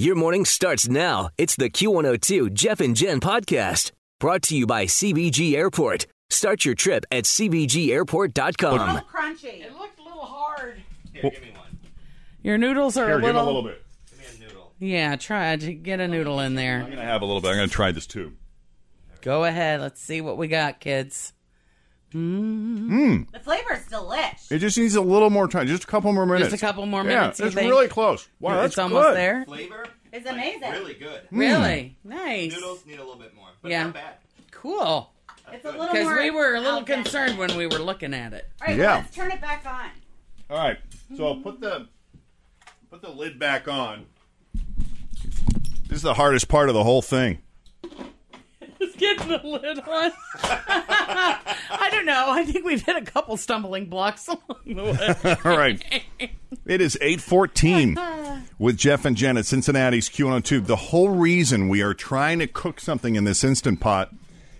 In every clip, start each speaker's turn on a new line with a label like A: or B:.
A: Your morning starts now. It's the Q102 Jeff and Jen podcast brought to you by CBG Airport. Start your trip at CBGAirport.com.
B: crunchy. It looked a little hard.
C: Your noodles are
D: Here,
C: a
D: give
C: little.
D: him a little bit.
C: Yeah, try to get a noodle in
D: I'm
C: there.
D: gonna have a little bit. I'm gonna try this too.
C: Go ahead. Let's see what we got, kids.
B: The flavor is delish.
D: It just needs a little more time, just a couple more minutes.
C: a couple more
D: Yeah,
C: minutes, you
D: it's
C: think?
D: really close. Wow, that's
C: it's almost
D: good. Hmm.
C: there.
E: flavor.
B: It's amazing.
E: Really good.
C: Really nice.
E: Noodles need a little bit more, but
C: Yeah.
E: not bad.
C: Cool.
B: It's a little
C: Because
B: more.
C: we were a little
B: out there.
C: concerned when we were looking at it.
B: All right,
D: Yeah.
B: let's turn it back on.
D: All right, so put the put the lid back on. This is the hardest part of the whole thing.
C: It's getting the lid on. I don't know. I think we've hit a couple stumbling blocks along the way.
D: All right, it is eight fourteen with Jeff and Jen at Cincinnati's Q102. The whole reason we are trying to cook something in this instant pot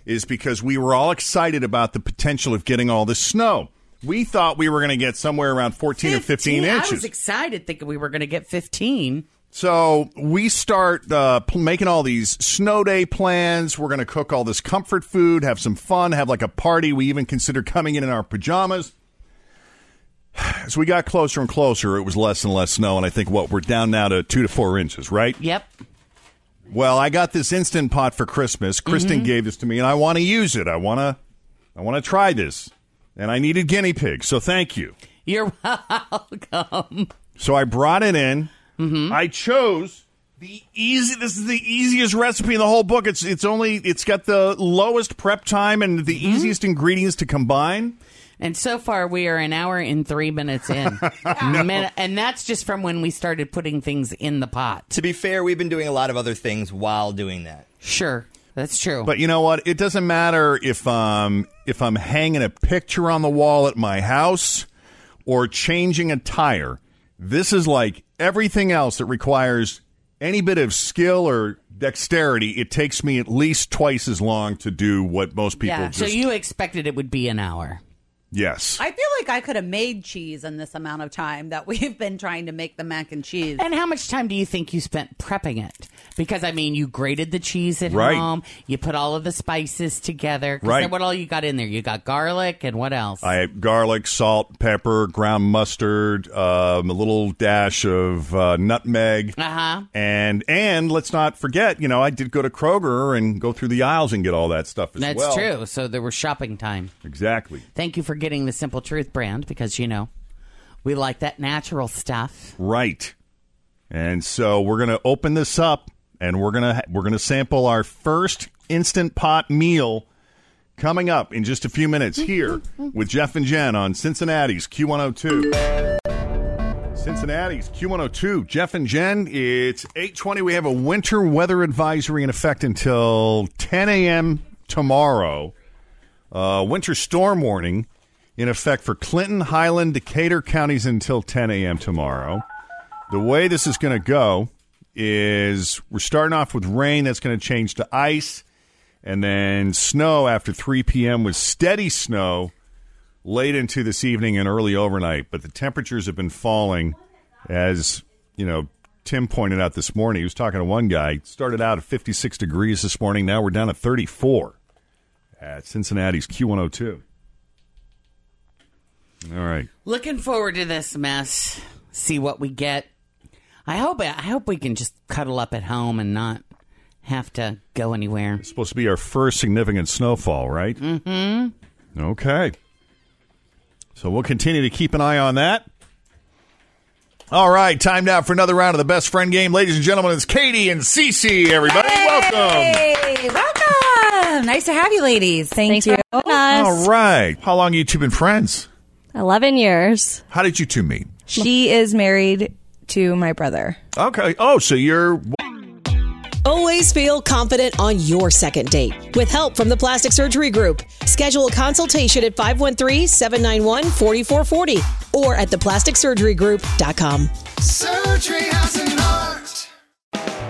D: is because we were all excited about the potential of getting all this snow. We thought we were going to get somewhere around fourteen or fifteen inches.
C: I was excited thinking we were going to get 15.
D: So we start uh, pl- making all these snow day plans. We're going to cook all this comfort food, have some fun, have like a party. We even considered coming in in our pajamas. As we got closer and closer, it was less and less snow. And I think what we're down now to two to four inches, right?
C: Yep.
D: Well, I got this instant pot for Christmas. Kristen gave this to me, and I want to use it. I want to, I want to try this, and I needed guinea pigs. So thank you.
C: You're welcome.
D: So I brought it in.
C: Mm-hmm.
D: I chose the easy. This is the easiest recipe in the whole book. It's it's only it's got the lowest prep time and the
C: Mm-hmm.
D: easiest ingredients to combine.
C: And so far, we are an hour and three minutes in. Min- And that's just from when we started putting things in the pot.
E: To be fair, we've been doing a lot of other things while doing that.
C: Sure. That's true.
D: But you know what? It doesn't matter if um if I'm hanging a picture on the wall at my house or changing a tire. This is like everything else that requires any bit of skill or dexterity. It takes me at least twice as long to do what most people
C: yeah.
D: just
C: so you expected it would be an hour.
D: yes.
F: I feel like I could have made cheese in this amount of time that we've been trying to make the mac and cheese.
C: And how much time do you think you spent prepping it? Because I mean, you grated the cheese at
D: Right.
C: home. You put all of the spices together. 'Cause
D: Right.
C: then What all you got in there? You got garlic and what else?
D: I have garlic, salt, pepper, ground mustard, um, a little dash of uh, nutmeg,
C: uh huh.
D: and and let's not forget, you know, I did go to Kroger and go through the aisles and get all that stuff as
C: That's
D: well.
C: true. So there was shopping time.
D: Exactly.
C: Thank you for getting the Simple Truth brand because you know we like that natural stuff.
D: Right. And so we're gonna open this up, and we're gonna we're gonna sample our first instant pot meal coming up in just a few minutes here with Jeff and Jen on Cincinnati's Q102. Cincinnati's Q102. Jeff and Jen, it's 8:20. We have a winter weather advisory in effect until 10 a.m. tomorrow. Uh, winter storm warning in effect for Clinton, Highland, Decatur counties until 10 a.m. tomorrow. The way this is going to go is we're starting off with rain. That's going to change to ice. And then snow after 3 p.m. with steady snow late into this evening and early overnight. But the temperatures have been falling, as, you know, Tim pointed out this morning. He was talking to one guy. It Started out at 56 degrees this morning. Now we're down to 34 at Cincinnati's Q102. All right.
C: Looking forward to this mess. See what we get. I hope I hope we can just cuddle up at home and not have to go anywhere.
D: It's supposed to be our first significant snowfall, right? Mm
F: Mm-hmm.
D: hmm. Okay. So we'll continue to keep an eye on that. All right, time now for another round of the best friend game. Ladies and gentlemen, it's Katie and Cece, everybody. Welcome.
F: Hey, welcome. Nice to have you, ladies. Thank
G: Thanks
F: you.
G: for having us.
D: All right. How long you two been friends?
G: 11 years.
D: How did you two meet?
G: She is married to my brother.
D: Okay. Oh, so you're
H: Always feel confident on your second date. With help from the Plastic Surgery Group, schedule a consultation at 513 791 4440 or at theplasticsurgerygroup.com.
I: Surgery has an art.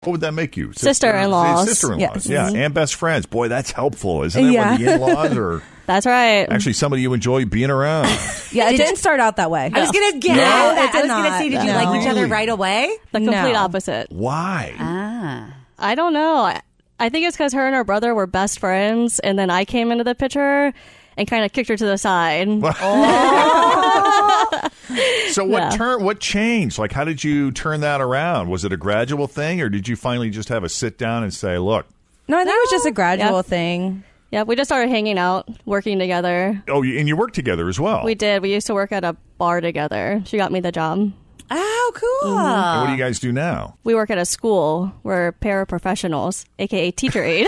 D: What would that make you?
G: Sister-in-laws.
D: Sister in
G: Yes.
D: laws. Yeah.
F: Mm-hmm.
D: And best friends. Boy, that's helpful, isn't it?
G: Yeah.
D: When the in laws are
G: That's right.
D: actually somebody you enjoy being around.
G: yeah, it didn't start out that way.
F: I was gonna get
G: No,
F: at
G: it
F: that. I
G: did
F: was gonna
G: not.
F: say, did you
G: No.
F: like each other
D: Really?
F: right away?
G: the complete No. opposite.
D: Why?
G: Ah,
H: I don't know. I, I think it's because her and her brother were best friends, and then I came into the picture and kind of kicked her to the side.
D: So what
G: Yeah.
D: turn what changed? Like how did you turn that around? Was it a gradual thing or did you finally just have a sit down and say, "Look,
G: no, I think it was just a gradual
H: Yeah.
G: thing.
H: Yeah, we just started hanging out, working together.
D: oh, you- and you work together as well."
H: We did. We used to work at a bar together. She got me the job.
F: Oh, cool.
D: And what do you guys do now?
H: We work at a school. We're paraprofessionals, aka teacher aid.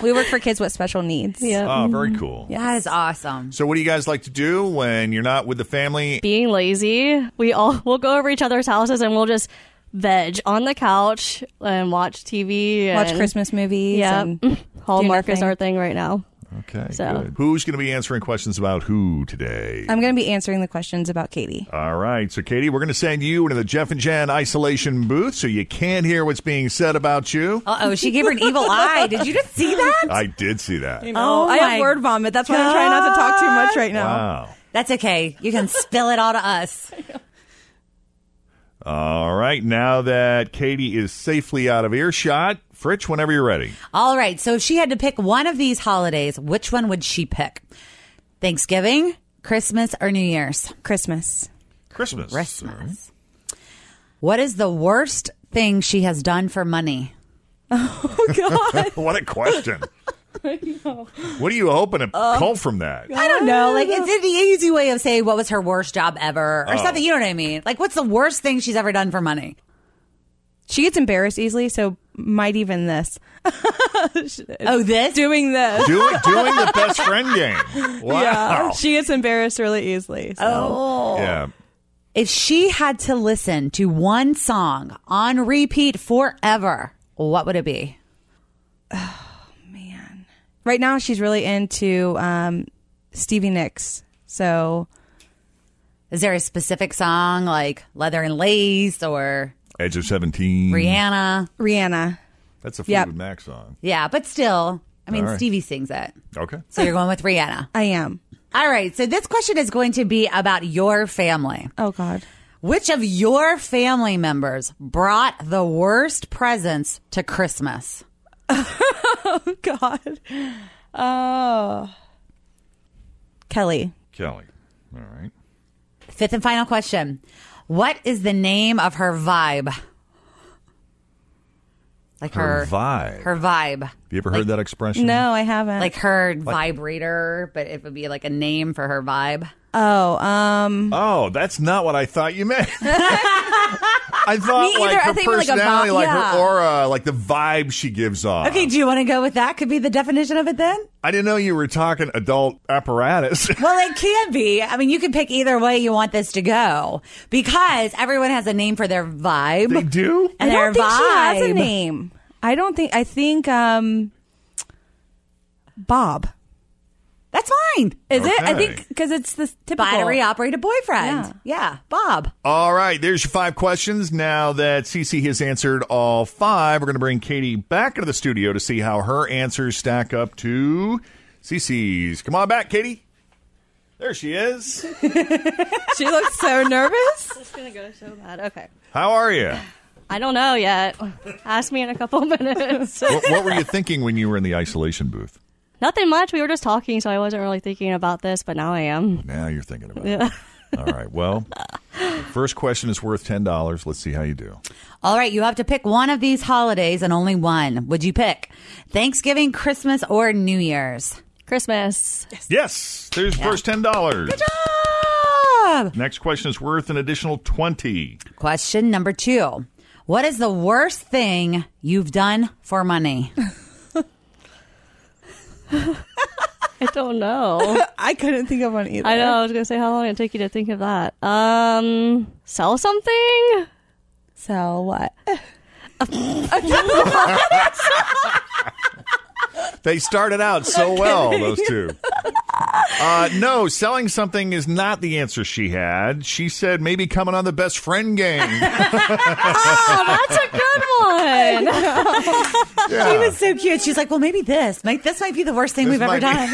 G: We work for kids with special needs. Yeah.
D: Oh, very
H: Mm-hmm.
D: cool.
F: That is awesome.
D: So what do you guys like to do when you're not with the family?
H: being lazy, we all we'll go over each other's houses and we'll just veg on the couch and watch TV. And
G: Watch Christmas movies.
H: Yeah,
G: and-
H: Hallmark
G: do
H: is
G: nothing.
H: our thing right now.
D: Okay.
H: So-
D: Good. Who's going to be answering questions about who today?
G: I'm going to be answering the questions about Katie.
D: All right. So, Katie, we're going to send you into the Jeff and Jen isolation booth so you can't hear what's being said about you.
F: Uh oh, she gave her an evil eye. Did you just see that?
D: I did see that.
G: Oh, I
F: my
G: have word vomit. That's why I'm trying not to talk too much right now.
D: Wow.
F: That's okay. You can spill it all to us.
D: All right. Now that Katie is safely out of earshot, Fritch, whenever you're ready.
F: All right. So if she had to pick one of these holidays, which one would she pick? Thanksgiving, Christmas, or New Year's?
G: Christmas.
D: Christmas.
F: Christmas. What is the worst thing she has done for money?
D: What a question. What are you hoping to call from that?
F: Uh, I don't know. Like it's the easy way of saying what was her worst job ever or something. You know what I mean? Like what's the worst thing she's ever done for money?
G: She gets embarrassed easily, so might even this.
F: Oh, this.
G: Doing this.
D: doing, doing the best friend game. Wow.
G: She gets embarrassed really easily.
F: Oh.
G: So.
D: Yeah.
F: If she had to listen to one song on repeat forever, what would it be?
G: Right now, she's really into um, Stevie Nicks. So
F: Is there a specific song like Leather and Lace or
D: Edge of 17.
F: Rihanna?
G: Rihanna.
D: That's a Fleetwood
G: Yep.
D: Mac song.
F: Yeah, but still, I mean,
D: All right.
F: Stevie sings it.
D: Okay.
F: So you're going with Rihanna.
G: I am.
F: All right. So this question is going to be about your family.
G: Oh, God.
F: Which of your family members brought the worst presents to Christmas?
G: Oh, God. Oh. Kelly.
D: Kelly. All right.
F: Fifth and final question. What is the name of her vibe? Like her,
D: vibe.
F: her vibe.
D: you ever heard that expression?
G: No, Oh, I haven't.
F: Like her
D: Like-
F: vibrator, but it would be like a name for her vibe.
G: Oh, um.
D: Oh, that's not what I thought you meant. I thought
F: Me
D: like
F: either.
D: her
F: I think like a
D: personality,
F: vibe-
D: like,
F: yeah.
D: her aura, like the vibe she gives off.
F: Okay,
G: do you want to go with that? Could be the definition of it then?
D: I didn't know you were talking adult apparatus.
F: Well, it can be. I mean, you can pick either way you want this to go because everyone has a name for their vibe. They
D: do?
F: And
G: I
F: their
G: don't think
F: vibe.
G: she has a name. I don't think. I think um, Bob.
F: That's fine.
G: Is it? I
D: Okay.
G: think because it's the typical
F: Battery operated boyfriend. Yeah. Bob.
D: all right, there's your five questions. Now that Cece has answered all five, we're going to bring Katie back into the studio to see how her answers stack up to Cece's. Come on back, Katie. There she is.
J: she looks so nervous.
K: It's gonna go so bad. Okay.
D: How are you?
K: I don't know yet. Ask me in a couple minutes.
D: what, what were you thinking when you were in the isolation booth?
K: Nothing much. We were just talking, so I wasn't really thinking about this, but now I am.
D: Now you're thinking about
K: Yeah.
D: it. All right. Well, first question is worth ten dollars. Let's see how you do.
F: All right, you have to pick one of these holidays and only one. Would you pick Thanksgiving, Christmas, or New Year's?
K: Christmas.
D: Yes, there's
F: Yeah.
D: first ten dollars.
F: Bob.
D: Next question is worth an additional twenty.
F: Question number two What is the worst thing you've done for money?
K: I don't know.
G: I couldn't think of one either.
K: I know. I was gonna say how long did it take you to think of that? Um, sell something.
G: Sell what?
D: They started out so well, those two. Uh, no, selling something is not the answer she had. She said maybe coming on the best friend game.
K: Oh, that's a good one.
F: She was so cute. She's like, well, maybe this. Might, this might be the worst thing
D: This
F: we've ever
D: might
F: done.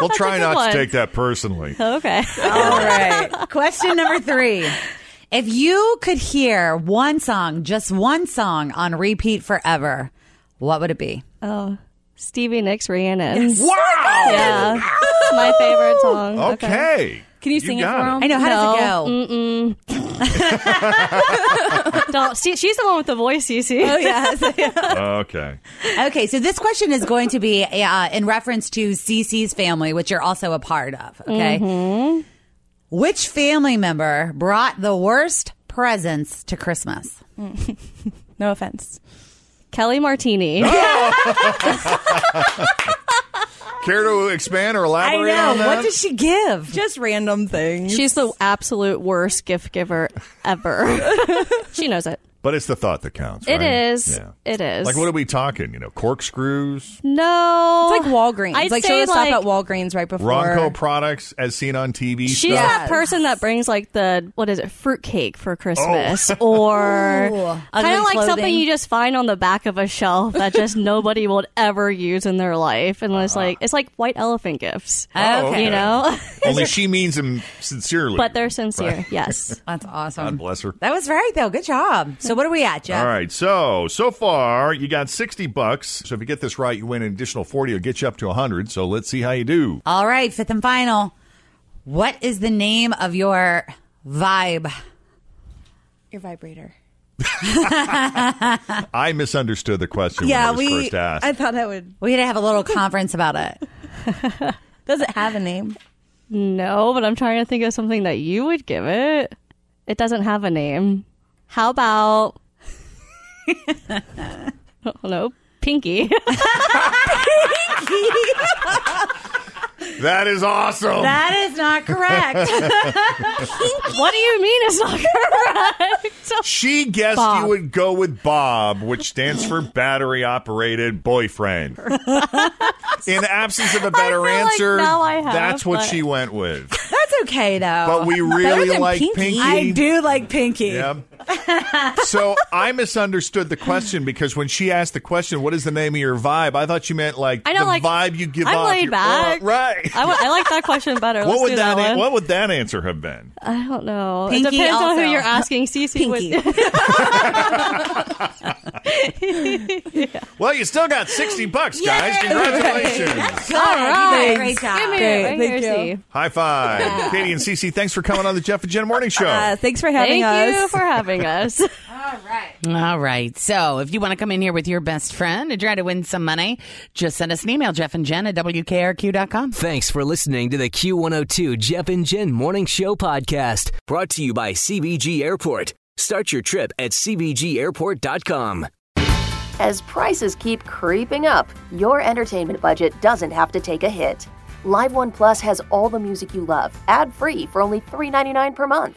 D: we'll try
F: good
D: not
F: one.
D: to take that personally.
K: okay.
F: All right. Question number three. If you could hear one song, just one song on repeat forever, what would it be?
K: Oh, Stevie Nicks, Rhiannon.
F: Yes. Wow!
K: Yeah,
D: Oh.
K: it's my favorite song.
D: Okay.
K: Can you sing it for him?
F: I know. How does it go?
K: Mm-mm. Don't, she, she's the one with the voice, Cece.
F: Oh, yes.
D: Okay.
F: Okay, so this question is going to be uh, in reference to Cece's family, which you're also a part of. Okay. Which family member brought the worst presents to Christmas?
G: no offense.
K: Kelly Martini.
D: Care to expand or elaborate on that?
F: she give?
G: Just random things.
K: She's the absolute worst gift giver ever. she knows it.
D: But it's the thought that counts.
K: It
D: right?
K: is.
D: Yeah.
K: It is.
D: Like, what are we talking? You know, corkscrews,
K: No.
F: Oh,
G: It's like Walgreens.
K: I'd
G: like
K: say,
G: she'll stop
K: like-
G: at Walgreens right before.
D: Ronco products as seen on TV. stuff.
K: She's that person that brings like the what is it fruitcake for
D: Oh,
K: Christmas or
F: Ooh,
K: kind
F: ugly
K: of like something
F: clothing.
K: you just find on the back of a shelf that just nobody will ever use in their life, and it's like it's like white elephant gifts.
D: Oh, okay.
K: you know,
D: Only she means them sincerely.
K: but they're sincere.
D: Right.
K: Yes,
F: That's awesome.
D: God bless her.
F: That was right, though. Good job. So, what are we at, Jeff?
D: All right. So, so far, you got 60 bucks. So, if you get this right, you win an additional 40. It'll get you up to 100. So, let's see how you do.
F: All right, fifth and final. What is the name of your vibe?
G: Your vibrator.
D: I misunderstood the question when it was first asked.
G: thought I would.
F: We had to have a little conference about it.
G: Does it have a name?
K: no, but I'm trying to think of something that you would give it. It doesn't have a name. How about hello, Pinky?
D: that is awesome.
F: That is not correct.
K: what do you mean it's not correct?
D: she guessed
K: Bob.
D: you would go with Bob, which stands for battery operated boyfriend. In absence of a better
F: feel like
D: answer,
F: now I have,
D: that's what
F: but-
D: she went with.
F: That's okay, though.
D: But we
F: Better
D: really
F: than
D: like Pinky.
F: I do like Pinky.
D: Yeah. so I misunderstood the question because when she asked the question, "What is the name of your vibe?" I thought you meant like
K: I know,
D: the
K: like,
D: vibe you give
K: I'm
D: off.
K: laid
D: your-
K: back.
D: Uh, right?
K: I, w- I like that question better. Let's
D: what
K: do
D: would
K: that,
D: that? an-
K: one.
D: what would that answer have been?
K: I don't know. it
F: Pinky
K: depends on who
F: also.
K: you're asking. Cece would.
D: Well, you still got sixty bucks, guys.
F: Good.
D: Congratulations!
F: You did a Great job.
K: Give me
G: Great,
K: it right
G: thank
K: here,
G: you.
K: Steve.
D: High five,
F: Uh,
D: Katie and Cece. Thanks for coming on the Jeff and Jen Morning Show.
G: Uh, thanks for having us.
K: Thank you for having us.
J: All right.
L: All right. So if you want to come in here with your best friend and try to win some money, just send us an email, Jeff and Jen at WKRQ.com.
A: Thanks for listening to the Q102 Jeff and Jen Morning Show podcast, brought to you by CBG Airport. Start your trip at CBGAirport.com.
M: As prices keep creeping up, your entertainment budget doesn't have to take a hit. Live One Plus has all the music you love, ad free for only $3.99 per month.